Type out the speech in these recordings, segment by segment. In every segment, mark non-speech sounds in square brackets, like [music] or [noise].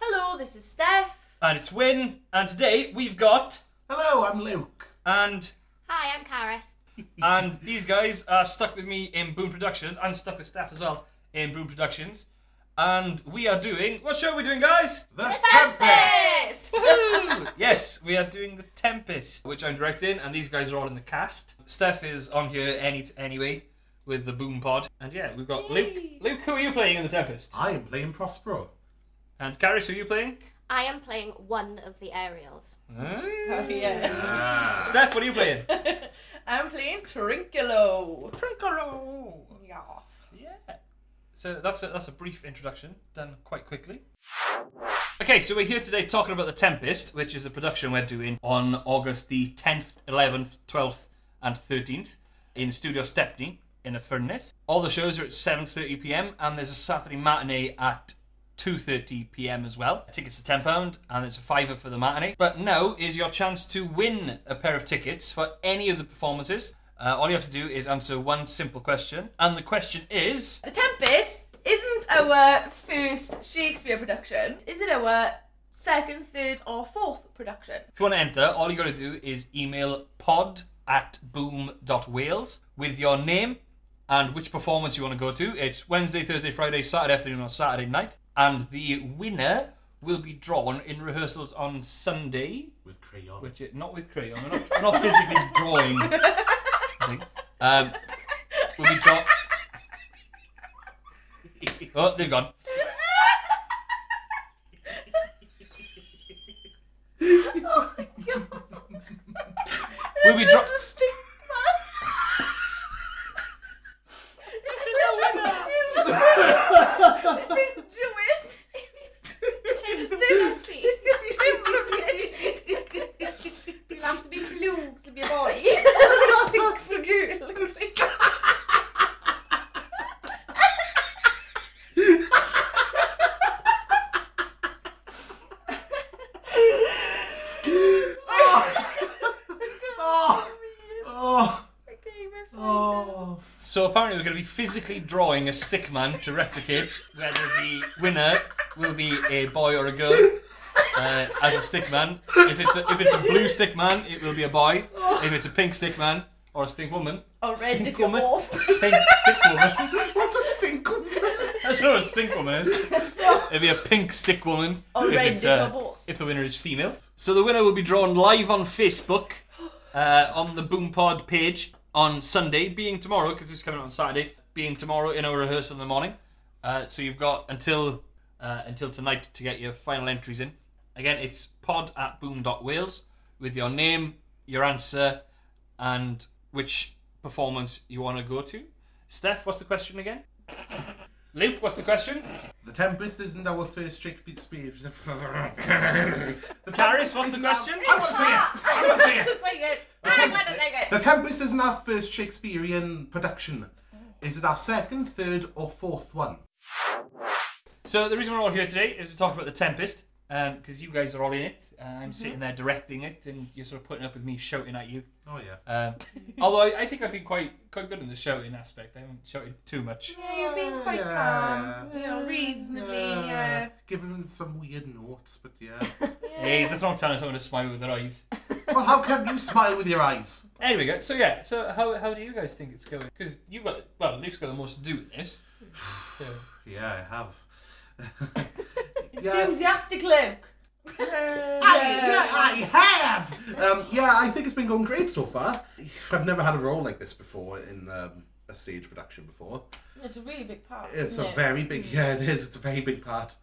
Hello, this is Steph. And it's Win. And today we've got Hello, I'm Luke. and Hi, I'm Karis. and these guys are stuck with me in Boom Productions and stuck with staff as well in Boom Productions. And we are doing what show are we doing, guys? The, Tempest. Woo! yes, we are doing The Tempest, which I'm directing, and these guys are all in the cast. Steph is on here any anyway with the Boom Pod, and yeah, we've got Luke. Luke, who are you playing in The Tempest? I am playing Prospero. And Caris, who are you playing? I am playing one of the Ariels. Ah. yeah. Steph, what are you playing? I'm playing Trinculo. Trinkaro. Yes. Yeah. So that's a, that's a brief introduction done quite quickly. Okay, so we're here today talking about The Tempest, which is the production we're doing on August the 10th, 11th, 12th, and 13th in Studio Stepney in a furnace. All the shows are at 7:30 p.m. and there's a Saturday matinee at 2:30 p.m. as well. Tickets are 10 pound and it's a fiver for the matinee. But now is your chance to win a pair of tickets for any of the performances. Uh, all you have to do is answer one simple question, and the question is The Tempest isn't our first Shakespeare production. Is it our second, third, or fourth production? If you want to enter, all you got to do is email pod at boom.wales with your name and which performance you want to go to. It's Wednesday, Thursday, Friday, Saturday afternoon, or Saturday night. And the winner will be drawn in rehearsals on Sunday, With crayon. [laughs] which is not with crayon. We're not, we're not physically drawing. I think. Um, will be drawn. Oh, they've gone. Oh my god. Will be drawn. This is the [laughs] winner. [laughs] Take Do the it. whiskey. [laughs] Du har inte blivit klok så blir [laughs] bra. Jag för gul. [laughs] Oh, oh, oh. So apparently we're going to be physically drawing a stick man to replicate whether the winner will be a boy or a girl uh, as a stick man. If it's a, if it's a blue stick man, it will be a boy. If it's a pink stick man or a stink woman, Or red if Stink you're woman. [laughs] off. pink stick woman. What's a stink on I don't know what a stink woman is. It'd be a pink stick woman. Or if red it's, if uh, you're off. if the winner is female. So the winner will be drawn live on Facebook [gasps] uh, on the Boom Pod page on Sunday, being tomorrow because it's coming out on Saturday, being tomorrow in our rehearsal in the morning. Uh, so you've got until uh, until tonight to get your final entries in. Again, it's pod at boom.wales with your name, your answer, and which performance you want to go to. Steph, what's the question again? Luke, what's the question? The Tempest isn't our first Shakespeare speech. the Karis, what's [laughs] the isn't our- question? I want to see it. I want to see it. Just like it. Okay. I want to take it. The Tempest isn't our first Shakespearean production. Is it our second, third, or fourth one? So the reason we're all here today is to talk about the Tempest, because you guys are all in it. Uh, I'm sitting there directing it, and you're sort of putting up with me shouting at you. Oh yeah. Uh, [laughs] although I, I think I've been quite quite good in the shouting aspect. I haven't shouted too much. Yeah, you're being quite Yeah. calm. You know, reasonably, yeah. Giving them some weird notes, but yeah. Yeah, he's not telling someone to smile with their eyes. well, how can you smile with your eyes? Anyway, guys, so yeah, so how, how do you guys think it's going? Because you got well, Luke's got the most to do with this. So Yeah, I have. yeah. Enthusiastic Luke. [laughs] I, yeah, I have. Um, yeah, I think it's been going great so far. I've never had a role like this before in um, a stage production before. It's a really big part. It's isn't a it? very big. Yeah, it is. It's a very big part.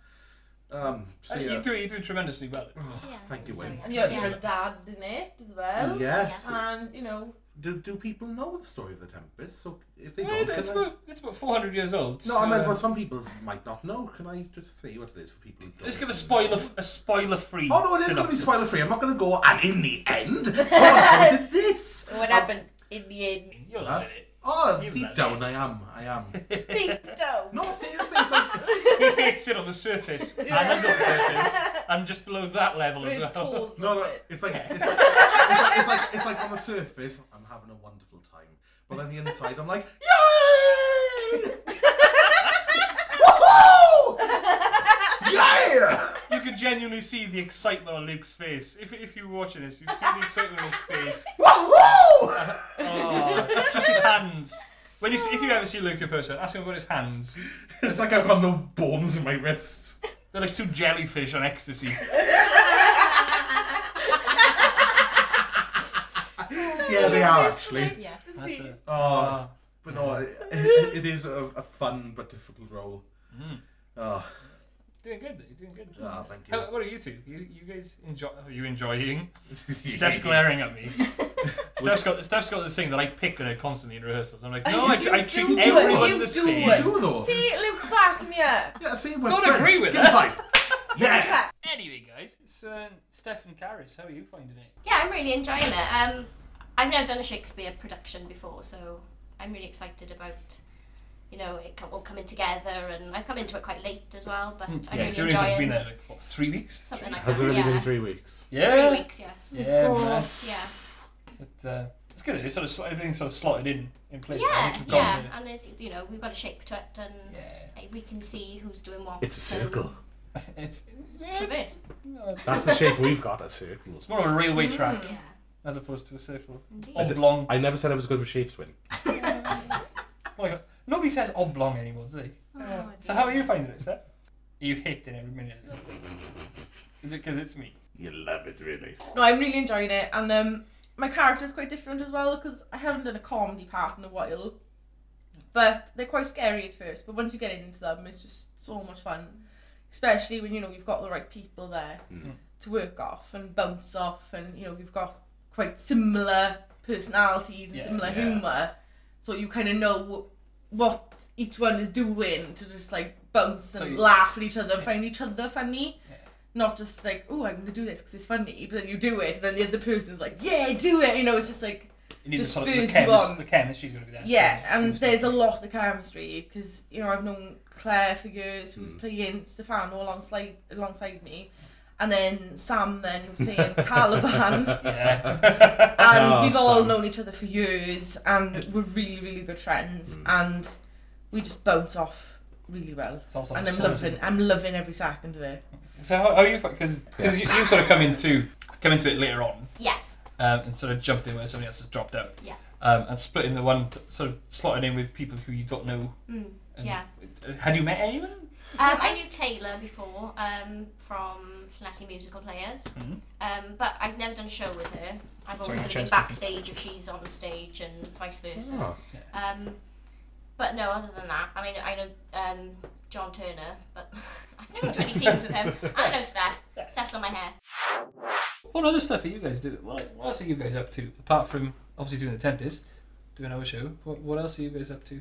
Um, so you yeah. Oh, do you do tremendously well. Yeah, Thank you, sorry. Wayne. And you're, Yeah. you're a dad in it as well. Uh. Yes. And, you know, Do, do people know the story of the Tempest? So if they Well, don't, it's, can I... about, it's about 400 years old. no, I so, mean, uh, well, some people might not know. Can I just say what it is for people who don't? Let's give a spoiler a spoiler free. Oh no, it is going to be spoiler free. I'm not going to go. And in the end, so and so did this. what happened in the end. You're Huh? not in it. Oh, You deep love down, I am. I [laughs] am. Deep [laughs] down. No, seriously, it's like he hits it on the [laughs] surface and under [laughs] the surface and just below that level With as his well. toes. no, no. up it. It's like it's like, it's like it's like it's like on the surface, I'm having a wonderful time, but on the inside, I'm like, [laughs] yay! Woohoo! Yeah! You you could genuinely see the excitement on Luke's face. If, if you were watching this, you see the excitement on his [laughs] face. Whoa! Oh, just his hands. When you see, if you ever see Luke in person, ask him about his hands. It's like I've got no bones in my wrists. They're like two jellyfish on [laughs] ecstasy. yeah, they are actually. Yeah. Yeah. To see. Oh, but no, it, it it is a, a fun but difficult role. Mm. Oh, Doing good. You're doing good. ah, thank you. How, what are you two? You, you guys enjoy? Are you enjoying? Steph's glaring at me. [laughs] Steph's got Steph's got this thing that I pick on her constantly in rehearsals. [laughs] I'm like, no, I, tr- I You treat do it, everyone you the do same. it. Do though. See, Luke's back, yeah. Yeah, see, we're Don't friends. agree with Give me her. five. [laughs] yeah. Anyway, guys, it's uh, Steph and Karis. How are you finding it? Yeah, I'm really enjoying it. Um, I've never done a Shakespeare production before, so I'm really excited about you know it co- all coming together. And I've come into it quite late as well, but I'm Mm, yeah, really it's only enjoying been there like what, three weeks. something like Has it that. really yeah. been three weeks? Three Yeah, weeks, yes. yeah, man. Yeah, It, uh, it's good. It's sort of sl- everything's sort of slotted in in place. I yeah, think we've yeah. gotten And there's, you know, we've got a shape to it, and it. yeah. like, we can see who's doing what. It's a so [laughs] circle. It's It's traverse. no, That's the shape we've got, a circle. it's more of a railway Mm-hmm. track Yeah, as opposed to a circle. indeed. I d- Oblong. I never said I was good with shapes, Win. Oh my God. Nobody says oblong anymore, does he? Oh, So how are you finding it, Steph? Are you hating every minute? of it? Is it because it's me? You love it, really. No, I'm really enjoying it, and um, my character's quite different as well because I haven't done a comedy part in a while. But they're quite scary at first, but once you get into them, it's just so much fun, especially when you know you've got the right people there Hmm. Mm. to work off and bounce off, and you know you've got quite similar personalities and Yeah, similar yeah. humour, so you kind of know wh- what each one is doing to just like bounce So and you- laugh at each other and find each other funny Yeah. not just like, oh, I'm gonna do this because it's funny, but then you do it, and then the other person's like, yeah, do it. You know, it's just like, You need Just the, sort of, the, spurs you chemist, on. the chemistry's going to be there. yeah. And Do there's a stuff. lot of chemistry because you know I've known Claire for years, who's Mm. playing Stefano alongside alongside me, and then Sam then who's playing [laughs] Caliban, [laughs] Yeah. and Oh, we've all Sam. known each other for years, and we're really really good friends, Mm. and we just bounce off really well. It's also And I'm so- loving, I'm loving every second of it. So how, how are you? Because because you, you sort of come into come into it later on Yes. um, and sort of jumped in where somebody else has dropped out. Yeah. Um, and splitting the one t- sort of slotted in with people who you don't know. Mm, And yeah. uh, Had you met anyone? Um, I knew Taylor before um, from Llanelli Musical Players, Mhm. um, but I've never done a show with her. I've always Sorry, my sort of been chair's backstage if she's on stage and vice versa. Oh. Um, but no, other than that, I mean, I know um, John Turner, but [laughs] I don't do any scenes with him. I don't know Steph. Steph's on my hair. What other stuff are you guys doing? What, what else are you guys up to apart from obviously doing the Tempest, doing our show? What, what else are you guys up to?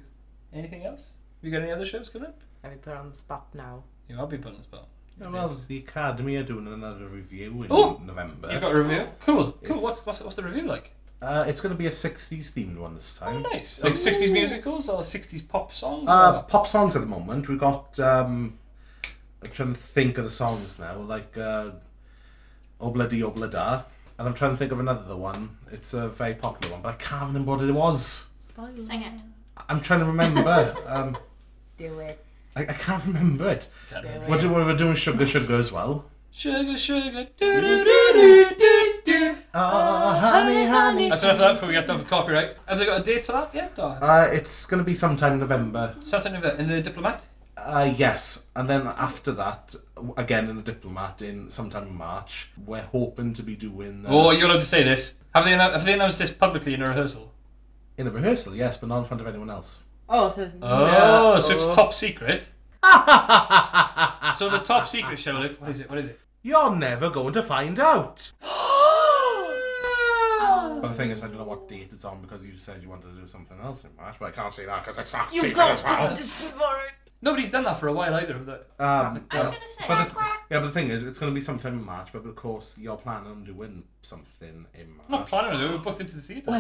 Anything else? Have you got any other shows coming up? Let me put on the spot now. Yeah, I'll be put on the spot. Yeah, well, the Academy are doing another review in Oh! November. You've got a review. Cool, cool. It's- What's, what's what's the review like? Uh, it's going to be a 60s themed one this Oh, time. nice. Like sixties musicals or sixties pop songs. Uh, or- pop songs at the moment. We got. Um, I'm trying to think of the songs now, like uh, Obladi Oblada, and I'm trying to think of another one. It's a very popular one, but I can't remember what it was. Sing it. I'm trying to [laughs] remember. um, Do it. I, I can't remember it. Can't remember. We're, do, we're doing Sugar Sugar as well. Sugar, sugar, do do do do do. Oh, honey, honey. That's enough of that before we get done for copyright. Have they got a date for that yet? Or? Uh, it's going to be sometime in November. Saturday night in the diplomat. Uh, yes, and then after that, w- again in the diplomat in sometime in March, we're hoping to be doing uh, Oh, you're allowed to say this. Have they annou- have they announced this publicly in a rehearsal? in a rehearsal. Yes, but not in front of anyone else. Oh, so Oh, so it's top secret. [laughs] so the top secret show, Luke. What is it? What is it? You're never going to find out. [gasps] but the thing is, I don't know what date it's on because you said you wanted to do something else in March, but I can't say that because it's not secret as well. Nobody's done that for a while either. Have they? Um, I was uh, going to say, but that's the- why. yeah, but the thing is, it's going to be sometime in March. But of course, you're planning on doing something in March. I'm not planning on it. We're booked into the theatre.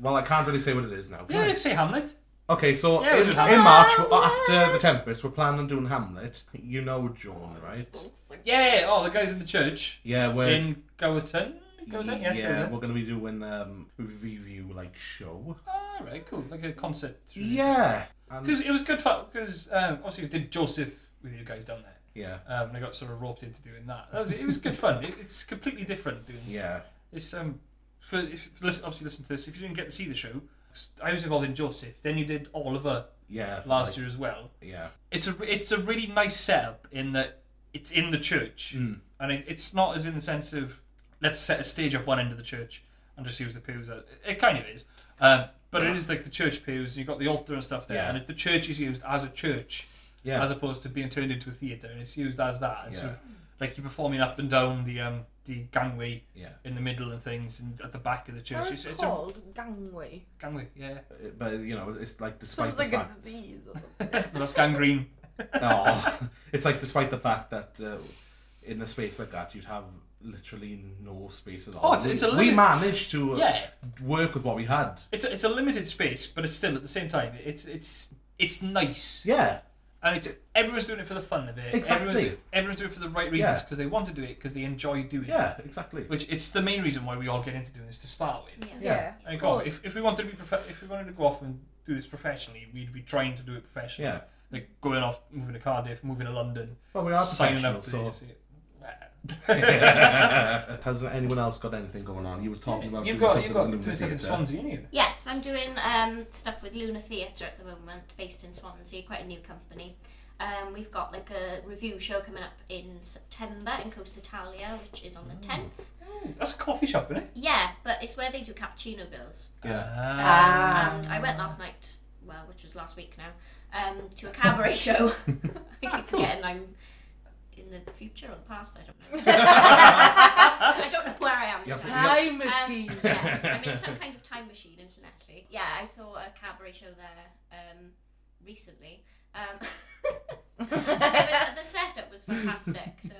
Well, I can't really say what it is now. can Yeah, I? you say Hamlet. Okay, so Yeah, we in, did Hamlet. in March, we're- after The Tempest, we're planning on doing Hamlet. You know John, right? Yeah. Oh, the guys in the church Yeah, we're. in Gowerton. Gowerton. Yes. yeah, Gowerton. we're going to be doing um, review like show. All Ah, right. Cool. Like a concert. Yeah. And, Because it was good fun. Because um, obviously we did Joseph with you guys down there. Yeah. Um, and I got sort of roped into doing that. That was it. Was good fun. It, it's completely different doing this. Yeah. It's um for if, for listen, obviously listen to this. If you didn't get to see the show, 'cause I was involved in Joseph. Then you did Oliver Yeah. last like, year as well. Yeah. It's a it's a really nice setup in that it's in the church, Mm. and it, it's not as in the sense of let's set a stage up one end of the church and just use the pews. out. It, it kind of is, um, but it is like the church pews. And you've got the altar and stuff there, Yeah. and it, the church is used as a church Yeah. as opposed to being turned into a theatre. And it's used as that. And sort Yeah. of, like you're performing up and down the um, the gangway yeah. in the middle and things, and at the back of the church. What It's, it's it's a called gangway. gangway, yeah. [laughs] Uh, But you know, it's like despite Sounds the like a fact. disease. Or something. No, that's gangrene. [laughs] Aw. it's like despite the fact that uh, in a space like that you'd have literally no space at all. Oh, it's- it's a we, we limit. managed to uh, Yeah, work with what we had. it's a, it's a limited space, but it's still at the same time, it's it's it's nice, Yeah. and it's everyone's doing it for the fun of it. Exactly. Everyone's, do- everyone's doing it for the right reasons Yeah. because they want to do it because they enjoy doing it. Yeah. Exactly. Which it's the main reason why we all get into doing this to start with. Yeah. Yeah. And go off, if, if we wanted to be prof- if we wanted to go off and do this professionally, we'd be trying to do it professionally. Yeah. Like going off, moving to Cardiff, moving to London, Well, we are signing up professional, to so. the [laughs] Has anyone else got anything going on? You were talking about You've doing got something you've got in the doing stuff in theatre. Swansea, ain't you? Yes, I'm doing um, stuff with Luna Theatre at the moment, based in Swansea, quite a new company. Um, we've got like a review show coming up in September in Coast Italia, which is on the 10th. That's a coffee shop, isn't it? Yeah, but it's where they do cappuccino girls. Yeah. Um, Ah. And I went last night, well, which was last week now, um, to a cabaret show. [laughs] I keep forgetting I'm in the future or the past, I don't know. [laughs] I don't know where I am. You have to- now. Time Um, machine. yes, I'm in [laughs] some kind of time machine internationally. Yeah, I saw a cabaret show there um, recently. Um, [laughs] it [laughs] was- the setup was fantastic, so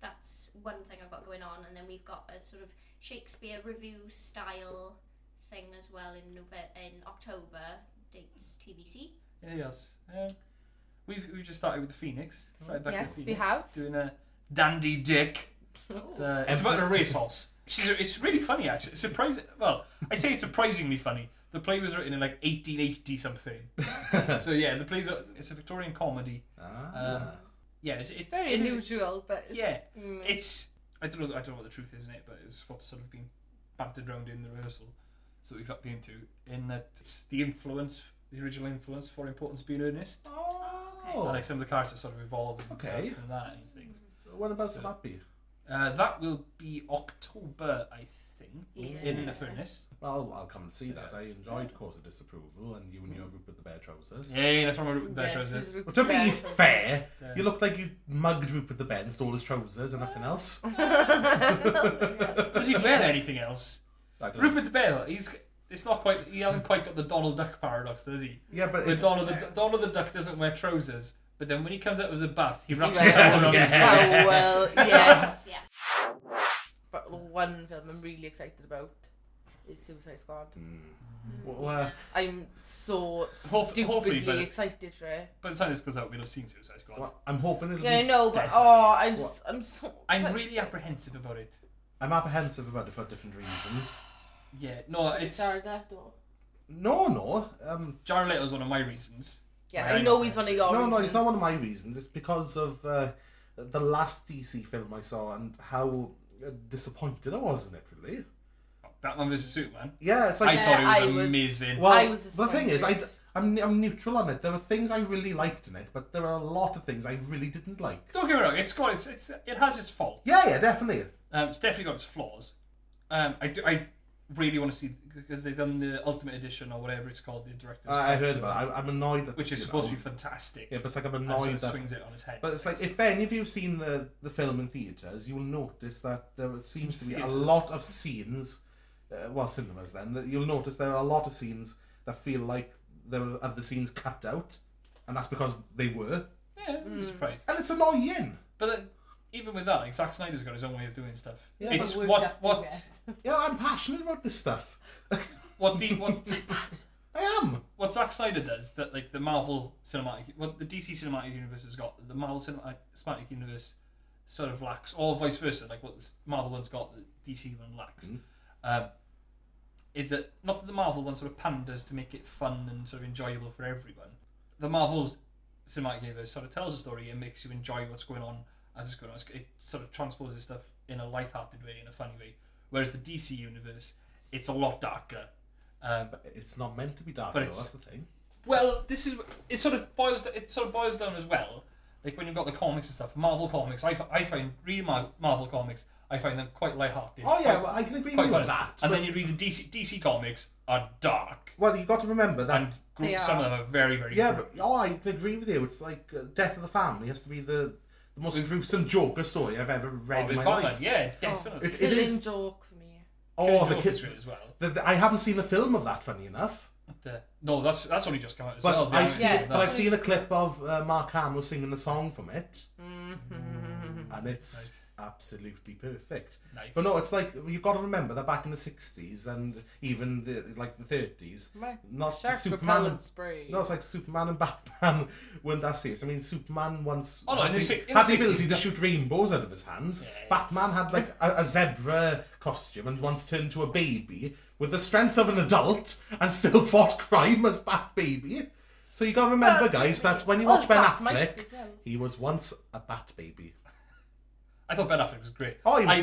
that's one thing I've got going on. And then we've got a sort of Shakespeare review style thing as well in Nove- in October. Dates TBC. Anything else? Um, we've we've just started with the Phoenix. Started back Yes, with we Phoenix, have. Doing a dandy dick. Uh, it's about a racehorse. She's a, it's really funny actually. It's surprising. Well, I say it's surprisingly funny. The play was written in like 1880 something. so yeah, the play's a, it's a Victorian comedy. Ah. Yeah, it's, it's [laughs] It's very it is- unusual, but it's, yeah, mm. it's I don't know I don't know what the truth is in it, but it's what's sort of been bantered around in the rehearsal so that we've got into in that it's the influence, the original influence for importance being earnest. And oh. like some of the characters sort of evolve and, Okay. uh, from that and things. What about So- Slappy? Uh, that will be October, I think, in the Yeah. furnace. Well, I'll come and see that. I enjoyed Cause of Disapproval and you and your group with the bear trousers. Yay, that's one with bear Yes, trousers. it's Well, with to be bear [laughs] fair, Yeah. you looked like you mugged Rupert the Bear and stole his trousers and nothing else. Does [laughs] he wear anything else? I don't know. Rupert the Bear, he's it's not quite he hasn't quite got the Donald Duck paradox, does he? Yeah, but Where it's, Donald the, fair. Donald the Duck doesn't wear trousers, but then when he comes out of the bath, he [laughs] wraps his Well, towel around his yeah. waist. Oh well, yes. [laughs] Yeah. But the one film I'm really excited about is Suicide Squad. Mm. Well, uh, I'm so Hope- stupidly hopefully, but- excited for it. By the time this goes out, we'll have seen Suicide Squad. well, I'm hoping it'll Yeah, I be. know, but Definitely. oh, I'm just, I'm so. I'm really apprehensive about it. I'm apprehensive about it for different reasons. Yeah, no, Is it it's Jared Leto? No, no. Um, Jared Leto's one of my reasons. Yeah, Right. I know he's one of your. no, no, it's reasons. not one of my reasons. It's because of uh, the last DC film I saw and how uh, disappointed I was in it, really. Batman vs Superman. Yeah, it's I like. Yeah, thought it I was was- amazing. well, I was the thing is, I, d- disappointed. I'm, I'm neutral on it. There are things I really liked in it, but there are a lot of things I really didn't like. Don't get me wrong, it's got its, it's it has its faults. Yeah, yeah, definitely. Um, it's definitely got its flaws. Um, I, do, I really want to see because they've done the Ultimate Edition or whatever it's called, the director's I I cut, heard about. It. I, I'm annoyed that which is you supposed know, to be fantastic. Yeah, but it's like I'm and sort annoyed of that. swings it on his head. But it's like if any of you've seen the the film in theaters, you'll notice that there seems to be Theatres. a lot of scenes. Uh, well, cinemas then that you'll notice there are a lot of scenes that feel like there are other scenes cut out, and that's because they were, yeah, Hmm. I'm surprised. and it's annoying. But uh, even with that, like Zack Snyder's got his own way of doing stuff. Yeah, it's But we're what definitely what [laughs] red. Yeah, I'm passionate about this stuff. [laughs] what the what [laughs] I am. what Zack Snyder does that like the Marvel cinematic what the DC cinematic universe has got that the Marvel cinematic, cinematic universe sort of lacks or vice versa like what this Marvel one's got that DC one lacks Mhm. um, is that not that the Marvel one sort of panders to make it fun and sort of enjoyable for everyone the Marvel cinematic universe sort of tells a story and makes you enjoy what's going on as it's going on. It's- It sort of transposes stuff in a light-hearted way, in a funny way. Whereas the DC universe, it's a lot darker. Um, But it's not meant to be dark, But though, it's- that's the thing. well, this is it. Sort of boils it sort of boils down as well. Like when you've got the comics and stuff, Marvel comics. I, f- I find read Mar- Marvel comics. I find them quite light-hearted. Oh, yeah, quite- well, I can agree quite with you fun. on that. And but- then you read the DC DC comics are dark, Well, you've got to remember that. and gr- They some are. of them are very very. yeah, gr- but oh, I can agree with you. It's like uh, Death of the Family has to be the, the most gruesome Joker story I've ever read with in my Batman. life. Yeah, definitely. It- it Killing is- joke for me. Oh, the kids kids. as well. The, the- I haven't seen the film of that, funny enough. The- no, that's that's only just come out as But well. the I've animated seen, Yeah, one, but I've that's- seen a clip of uh, Mark Hamill singing a song from it, Mm-hmm. Mm-hmm. and it's Nice. absolutely perfect. nice. But no, it's like you've got to remember that back in the sixties and even the, like the thirties, Right. not Shark Superman. repellent spray. No, it's like Superman and Batman weren't that serious. I mean, Superman once Oh, no, in had, the the, si- in had the the ability 60s, to shoot rainbows out of his hands. Yeah. Batman had like a, a zebra costume and once turned into a baby with the strength of an adult and still fought crime as Bat Baby. So you got to remember, Well, guys, that when you well, watch Ben Oh, Bat Mike Affleck, as well. he was once a Bat Baby. I thought Ben Affleck was great. Oh, he was I, I,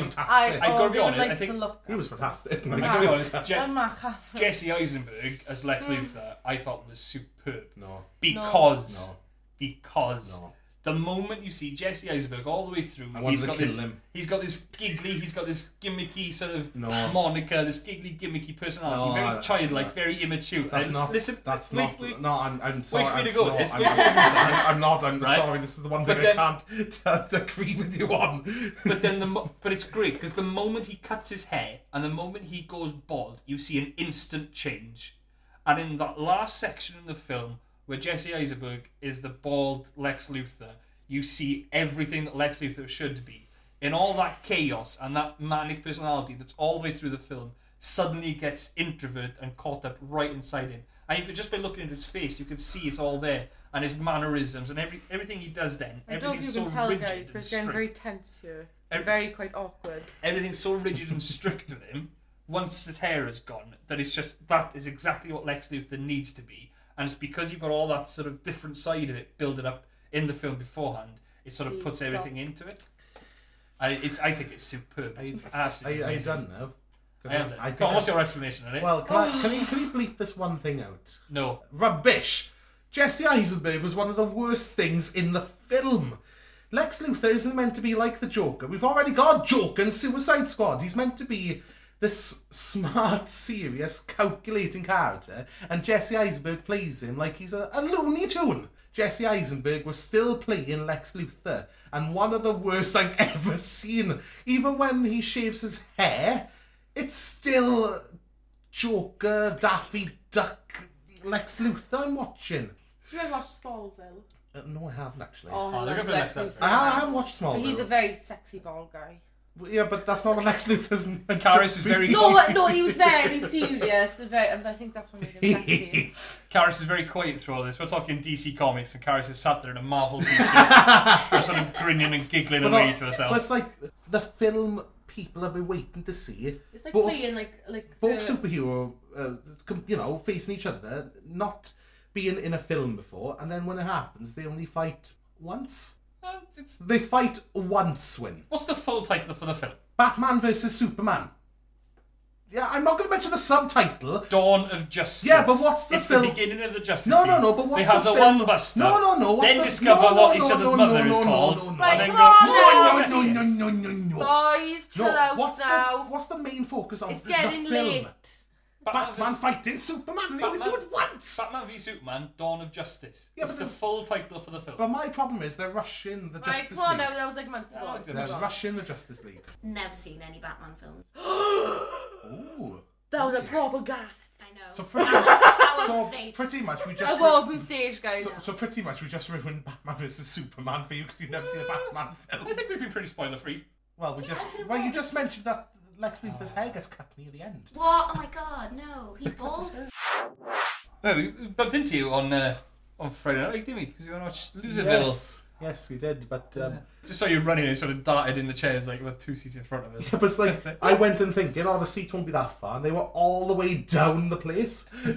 fantastic. I've oh, got to be they were honest, I nice think- to look he was fantastic. [laughs] I Wow. gotta be honest, at. Je- And Mark Hamill. Jesse Eisenberg as Lex Luthor, I thought was superb No, because no, because no. the moment you see Jesse Eisenberg all the way through, I wanted he's to got kill this him. he's got this giggly, he's got this gimmicky sort of No. moniker, this giggly gimmicky personality, No, very I- childlike, no. very immature. That's And not. Listen, that's wait, not. wait, no, I'm. I'm sorry. for me to I'm- go no, with this. I'm, Wait for me to go with I'm- this. I'm not. I'm Right? sorry. This is the one But thing I can't [laughs] t- agree with you on. But then the mo- but it's great because the moment he cuts his hair and the moment he goes bald, you see an instant change. And in that last section in the film where Jesse Eisenberg is the bald Lex Luthor, you see everything that Lex Luthor should be. In all that chaos and that manic personality that's all the way through the film, suddenly gets introvert and caught up right inside him. And if you just by looking at his face, you can see it's all there, and his mannerisms and every everything he does then. I don't know if everything's you can so tell, rigid guys, but and it's getting strict very tense here. Every- Very quite awkward. everything's so rigid and strict with him once his hair is gone that it's just that is exactly what Lex Luthor needs to be. And it's because you've got all that sort of different side of it building up in the film beforehand, it sort of Please puts stop. everything into it. I, it's, I think it's superb. It's Are absolutely you, are you amazing. done now? 'Cause I am done. Go on, what's your explanation on it? well, can, I, can you can you bleep this one thing out? no. Rubbish. Jesse Eisenberg was one of the worst things in the film. Lex Luthor isn't meant to be like the Joker. We've already got Joker and Suicide Squad. He's meant to be this smart, serious, calculating character, and Jesse Eisenberg plays him like he's a, a Looney Tune. Jesse Eisenberg was still playing Lex Luthor, and one of the worst I've [laughs] ever seen. Even when he shaves his hair, it's still Joker, Daffy Duck, Lex Luthor I'm watching. Do you ever watch Smallville? Uh, no, I haven't actually. Oh, they're gonna mess that up. I, ha- I haven't watched Smallville. But he's a very sexy [laughs] bald guy. Well, yeah, but that's not what Lex Luthor's. meant to Karis is be. [laughs] very- No, but- no, he was very serious. and Very, and I think that's what made [laughs] him sexy. Karis is very quiet through all this. We're talking DC Comics, and Karis is sat there in a Marvel t [laughs] shirt, sort of grinning and giggling But away not- to But herself. it's like the film people have been waiting to see. It's like Both- playing like like Both the, superhero, uh, com- you know, facing each other, not being in a film before, and then when it happens, they only fight once. Uh, it's- They fight once when What's the full title for the film? Batman versus Superman. Yeah, I'm not going to mention the subtitle. Dawn of Justice. Yeah, but what's the It's film- the beginning of the Justice No, League. no, no, but what's They have the the, film- one buster. No, no, no, what's Then the- discover no, what no, each no, other's no, mother no, is no, called. no, no, and Right, then come go, on "Dawn of now." no, no, Justice." no, no, no. boys. Chill No, out what's the, now. what's the main focus of it's the, getting the film? late. Batman vs- fighting Superman. They only do Batman- it once. Batman v Superman: Dawn of Justice. Yeah, it's but the the- full title for the film. But my problem is they're rushing the Right, Justice come on League. now. That was like months Yeah, ago. it's They're Come on. rushing the Justice League. Never seen any Batman films. Ooh. That was a proper gas. I know. So pretty, that was [laughs] so not staged. pretty much we just. I was on stage, guys. So, so pretty much we just ruined Batman vs Superman for you because you've never seen a Batman I film. think we've been pretty spoiler free. Well, we just. Well, you just mentioned that Lex Luthor's hair gets cut near the end. What? Oh my god, no. He's bald. No, we we bumped into you on uh, on Friday night, didn't we? Because we went to watch Loserville. Yes. Yes, you did, but [laughs] um, Just saw you running and sort of darted in the chairs like about two seats in front of us. But it's like I went and thinking, oh, the seats won't be that far, and they were all the way down the place. It's [laughs]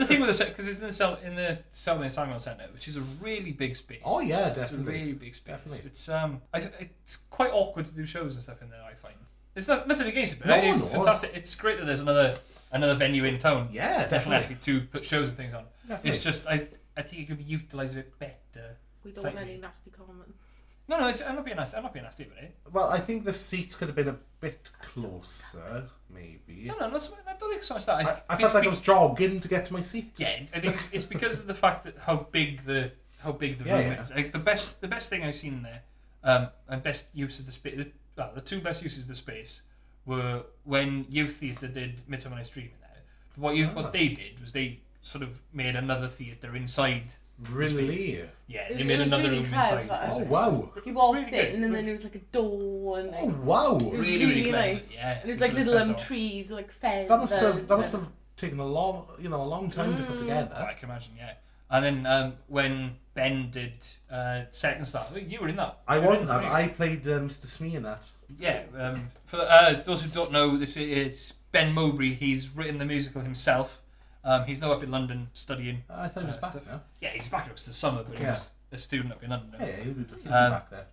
the thing with the because it's in the cell in the Selma Samuel Centre, which is a really big space. Oh yeah, it's a definitely. really big space. Definitely. It's um, I, it's quite awkward to do shows and stuff in there. I find it's not, nothing against it, but No, it's no. fantastic. It's great that there's another another venue in town. Yeah, definitely. definitely to put shows and things on. Definitely. It's just I I think it could be utilised a bit better. We don't want Slightly. any nasty comments. No, no, it's, I'm not being nasty. I'm not being nasty about it. well, I think the seats could have been a bit closer, maybe. No, no, that's, I don't think so much that. I, I it's felt like be- I was jogging to get to my seat. Yeah, I think it's- it's because of the fact that how big the how big the Yeah, room yeah. is. Like the best the best thing I've seen there, um, and best use of the space. Well, the two best uses of the space were when Youth Theatre did Midsummer Night's Dream. and that. What you Ah. what they did was they sort of made another theatre inside. Really? Yeah, It they was- made it was another really room clever. inside. Oh wow! He walked Really in, good. and then there was like a door, and like, Oh wow! it was Really, really, really clever, nice. yeah. and it was It was like really little um, clever. trees, like feathers. That must have that must and- have taken a long, you know, a long time Mm. to put together. I can imagine. Yeah, and then um, when Ben did uh, Second Star, you were in that. I You were in wasn't. that, That. I played uh, Mr. Smee in that. Yeah, um, for uh, those who don't know, this is Ben Mowbray. He's written the musical himself. Um, he's now up in London studying. I thought he was Uh, back stuff. now. Yeah, he's back up to the summer, but he's a student up in London. now. Yeah, yeah, he'll be, he'll be Um, back there.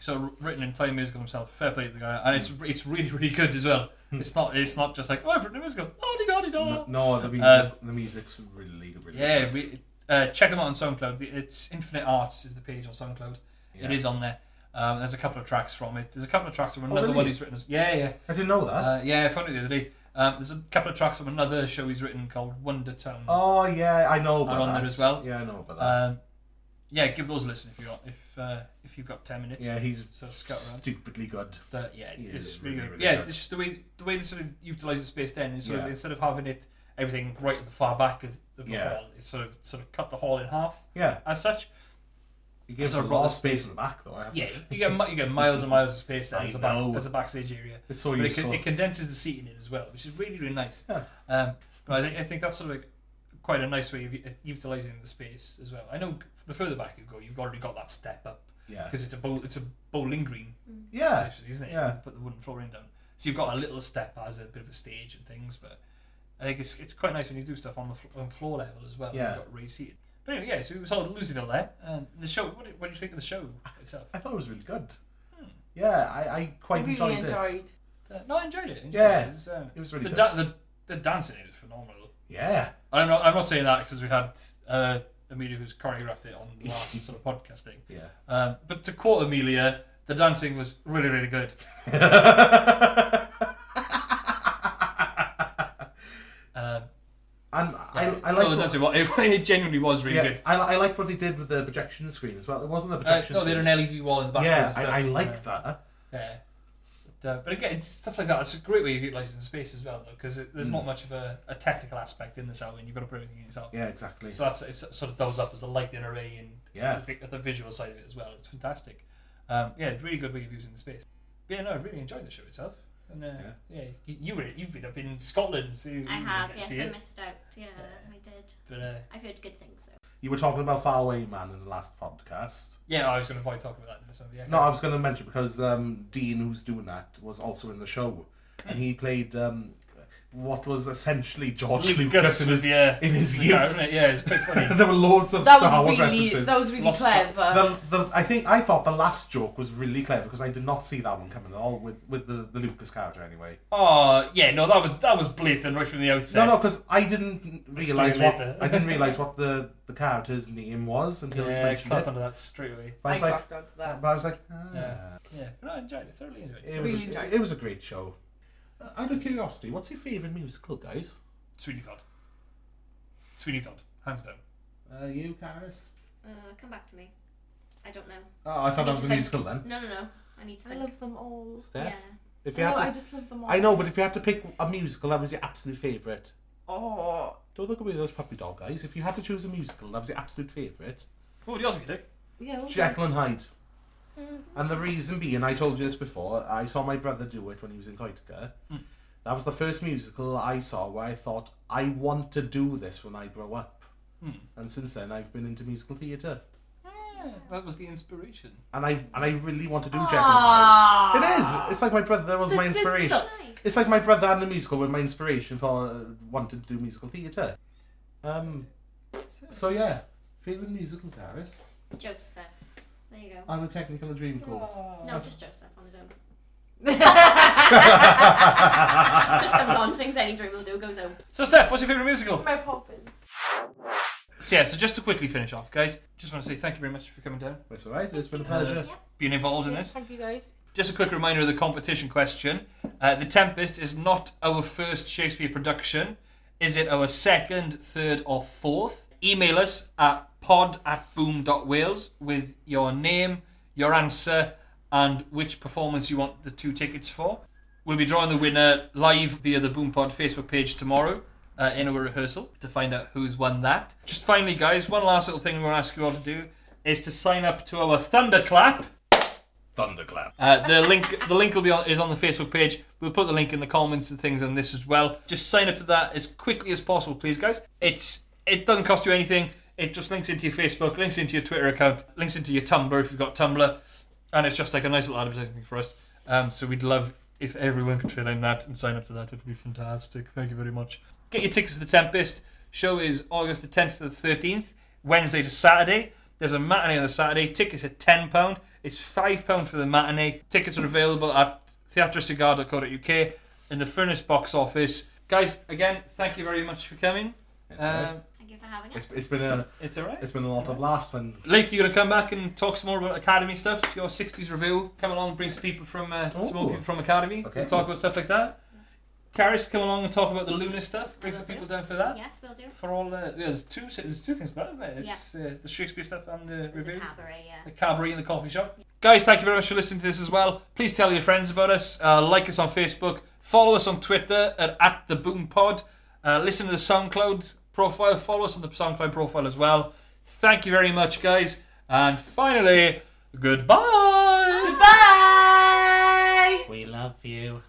So written and playing musical himself. Fair play to the guy, and it's it's really really good as well. Hmm. It's not it's not just like oh I've written a musical. Oh di da di da. No, the music, Uh, the music's really, really. Yeah, good. we, uh, check them out on SoundCloud. It's Infinite Arts is the page on SoundCloud. It Yeah. is on there. Um, there's a couple of tracks from it. There's a couple of tracks from Oh, another one really? he's written. As, yeah, yeah. I didn't know that. Uh, yeah, I found it the other day. Um, there's a couple of tracks from another show he's written called Wonder Town. Oh yeah, I know Are about on that there as well. Yeah, I know about that. Um, yeah, give those a listen if you want, if uh, if you've got ten minutes. yeah, he's So scout around. stupidly good. But yeah, it's, Yeah, it's it's really, really, good. really yeah, good. it's just the way the way they sort of utilise the space then is sort of Yeah. instead of having it everything right at the far back of, of the Yeah. hall, it's sort of sort of cut the hall in half Yeah, as such. he gives There's a us a lot lot of of space in the back though. I have Yeah, to say. you get mi- you get miles and miles of space there [laughs] I as a back, know. as a backstage area. it's so but it, useful. con- it condenses the seating in as well, which is really really nice. Yeah. Um, but I think I think that's sort of like quite a nice way of uh, utilizing the space as well. I know the further back you go, you've already got that step up yeah, because it's a bowl, it's a bowling green, yeah, actually, isn't it? yeah. You put the wooden flooring down, so you've got a little step as a bit of a stage and things. But I think it's it's quite nice when you do stuff on the fl- on floor level as well. Yeah. You've got raised seating. But anyway, yeah. So we saw Louisville there, and the show. What did, what did you think of the show itself? I thought it was really good. Hmm. Yeah, I, I quite really enjoyed, it. enjoyed. Uh, no, I enjoyed it. I enjoyed Yeah. It, It was, um, It was the, really good. da- the the dancing in it was phenomenal. yeah, I'm not. I'm not saying that because we had uh, Amelia who's choreographed it on the last sort of podcast thing. yeah. [laughs] Um, but to quote Amelia, the dancing was really, really good. Um, And yeah. I, I no, the like dancing. wa- It, [laughs] it genuinely was really yeah, good. I, I liked what they did with the projection screen as well. It wasn't a Uh, projection no, they screen. had an LED wall in the background. yeah, and stuff. I, I Uh, like that. Yeah. But, uh, but again, it's stuff like that. It's a great way of utilising the space as well, though, because Hmm. there's not much of a, a technical aspect in this album. You've got to put everything in yourself. Yeah, exactly. So that's it's sort of doubles up as a lighting array and Yeah. the, vi- the visual side of it as well. It's fantastic. Um, yeah, it's a really good way of using the space. But yeah, no, I really enjoyed the show itself. And uh, Yeah. yeah, you, you were you've been up in Scotland, so you I Mm, you have, get to yes, see I it. missed out. Yeah, I did. But uh, I've heard good things though. You were talking about Faraway Man in the last podcast. yeah, I was going to avoid talking about that in this one. but Yeah, No, I was going to mention because um, Dean, who's doing that, was also in the show, and he played um, what was essentially George Lucas, Lucas, was yeah in his was youth. out, wasn't it? Yeah, it's pretty [laughs] funny. there were loads of That Star Wars was really, references. that was really Lost clever. the, the, I think I thought the last joke was really clever because I did not see that one coming at all with, with the, the Lucas character anyway. oh yeah, no, that was that was blatant right from the outset. No, no, because I didn't realize Explain what later. [laughs] I didn't realize what the, the character's name was until he yeah, mentioned clapped it. onto that straight away. But I I was like, clapped onto that. but I was like, ah. Yeah. Yeah, but I enjoyed it thoroughly. Enjoyed it. it was Really a, enjoyed it was a great show. Out of curiosity, what's your favorite musical, guys? Sweeney Todd. Sweeney Todd, hands down. Uh, you, Karis? Uh, come back to me. I don't know. Oh, I thought that was a Thank- musical then. No, no, no. I need to I think. love them all. yeah. Steph? If you No, had to, I just love them all. I know, but if you had to pick a musical that was your absolute favourite, Oh, don't look at me with those puppy dog guys. If you had to choose a musical that was your absolute favourite, What would yours be, Dick? Yeah, all Jekyll and Hyde. Mm. And the reason being, I told you this before, I saw my brother do it when he was in Koitka. That was the first musical I saw where I thought, I Hmm. want to do this when I grow up. And since then, I've been into musical theatre. good. That was the inspiration. and I and I really want to do Jekyll and Hyde. Ah. It is. It's like my brother was my This is inspiration. so- Nice. It's like my brother and the musical were my inspiration for uh, wanting to do musical theatre. Um, so yeah, favorite musical Paris Joseph. There you go. and the Technical Dream Court. Oh. No, [laughs] just Joseph on his [laughs] own. Just Just comes on, sings any dream will do, goes home. So, Steph, what's your favourite musical? Mary Poppins. So, yeah, so just to quickly finish off, guys, just want to say thank you very much for coming down, It's alright. It's been a pleasure. Yeah. being involved in this. Thank you guys. Just a quick reminder of the competition question. Uh, the Tempest is not our first Shakespeare production. Is it our second, third, or fourth? Email us at pod at boom.wales with your name, your answer, and which performance you want the two tickets for. We'll be drawing the winner live via the Boom Pod Facebook page tomorrow uh, in our rehearsal to find out who's won that. Just finally, guys, one last little thing we want to ask you all to do is to sign up to our Thunderclap. Thunderclap. Uh, the link the link will be on, is on the Facebook page. We'll put the link in the comments and things on this as well. Just sign up to that as quickly as possible, please, guys. It's it doesn't cost you anything. It just links into your Facebook, links into your Twitter account, links into your Tumblr if you've got Tumblr, and it's just like a nice little advertising thing for us. Um, so we'd love if everyone could fill in that and sign up to that. It would be fantastic. Thank you very much. Get your tickets for the Tempest. Show is August the 10th to the 13th, Wednesday to Saturday. There's a matinee on the Saturday. Tickets are £10. It's £5 for the matinee. Tickets are available at theatricigar.co.uk in the Furnace box office. Guys, again, thank you very much for coming. It's, alright. Um, Thank you for having us. it's, it's been a it's alright. it's been a lot of laughs and Luke, you're going to come back and talk some more about Academy stuff. Your 60s review. Come along, bring some people from, uh, some more Ooh. people from Academy. Okay. We'll talk about stuff like that. Karis, come along and talk about the Luna stuff. Bring some people down for that. Yes, we'll do. For all the, there's two there's two things to that, isn't there? It's uh, the Shakespeare stuff and the There's a review. cabaret, yeah. the cabaret and the coffee shop. Guys, thank you very much for listening to this as well. Please tell your friends about us. Uh, like us on Facebook. Follow us on Twitter at, at the Boom Pod. Uh, listen to the SoundCloud profile. Follow us on the SoundCloud profile as well. Thank you very much, guys. And finally, goodbye. Bye. we love you.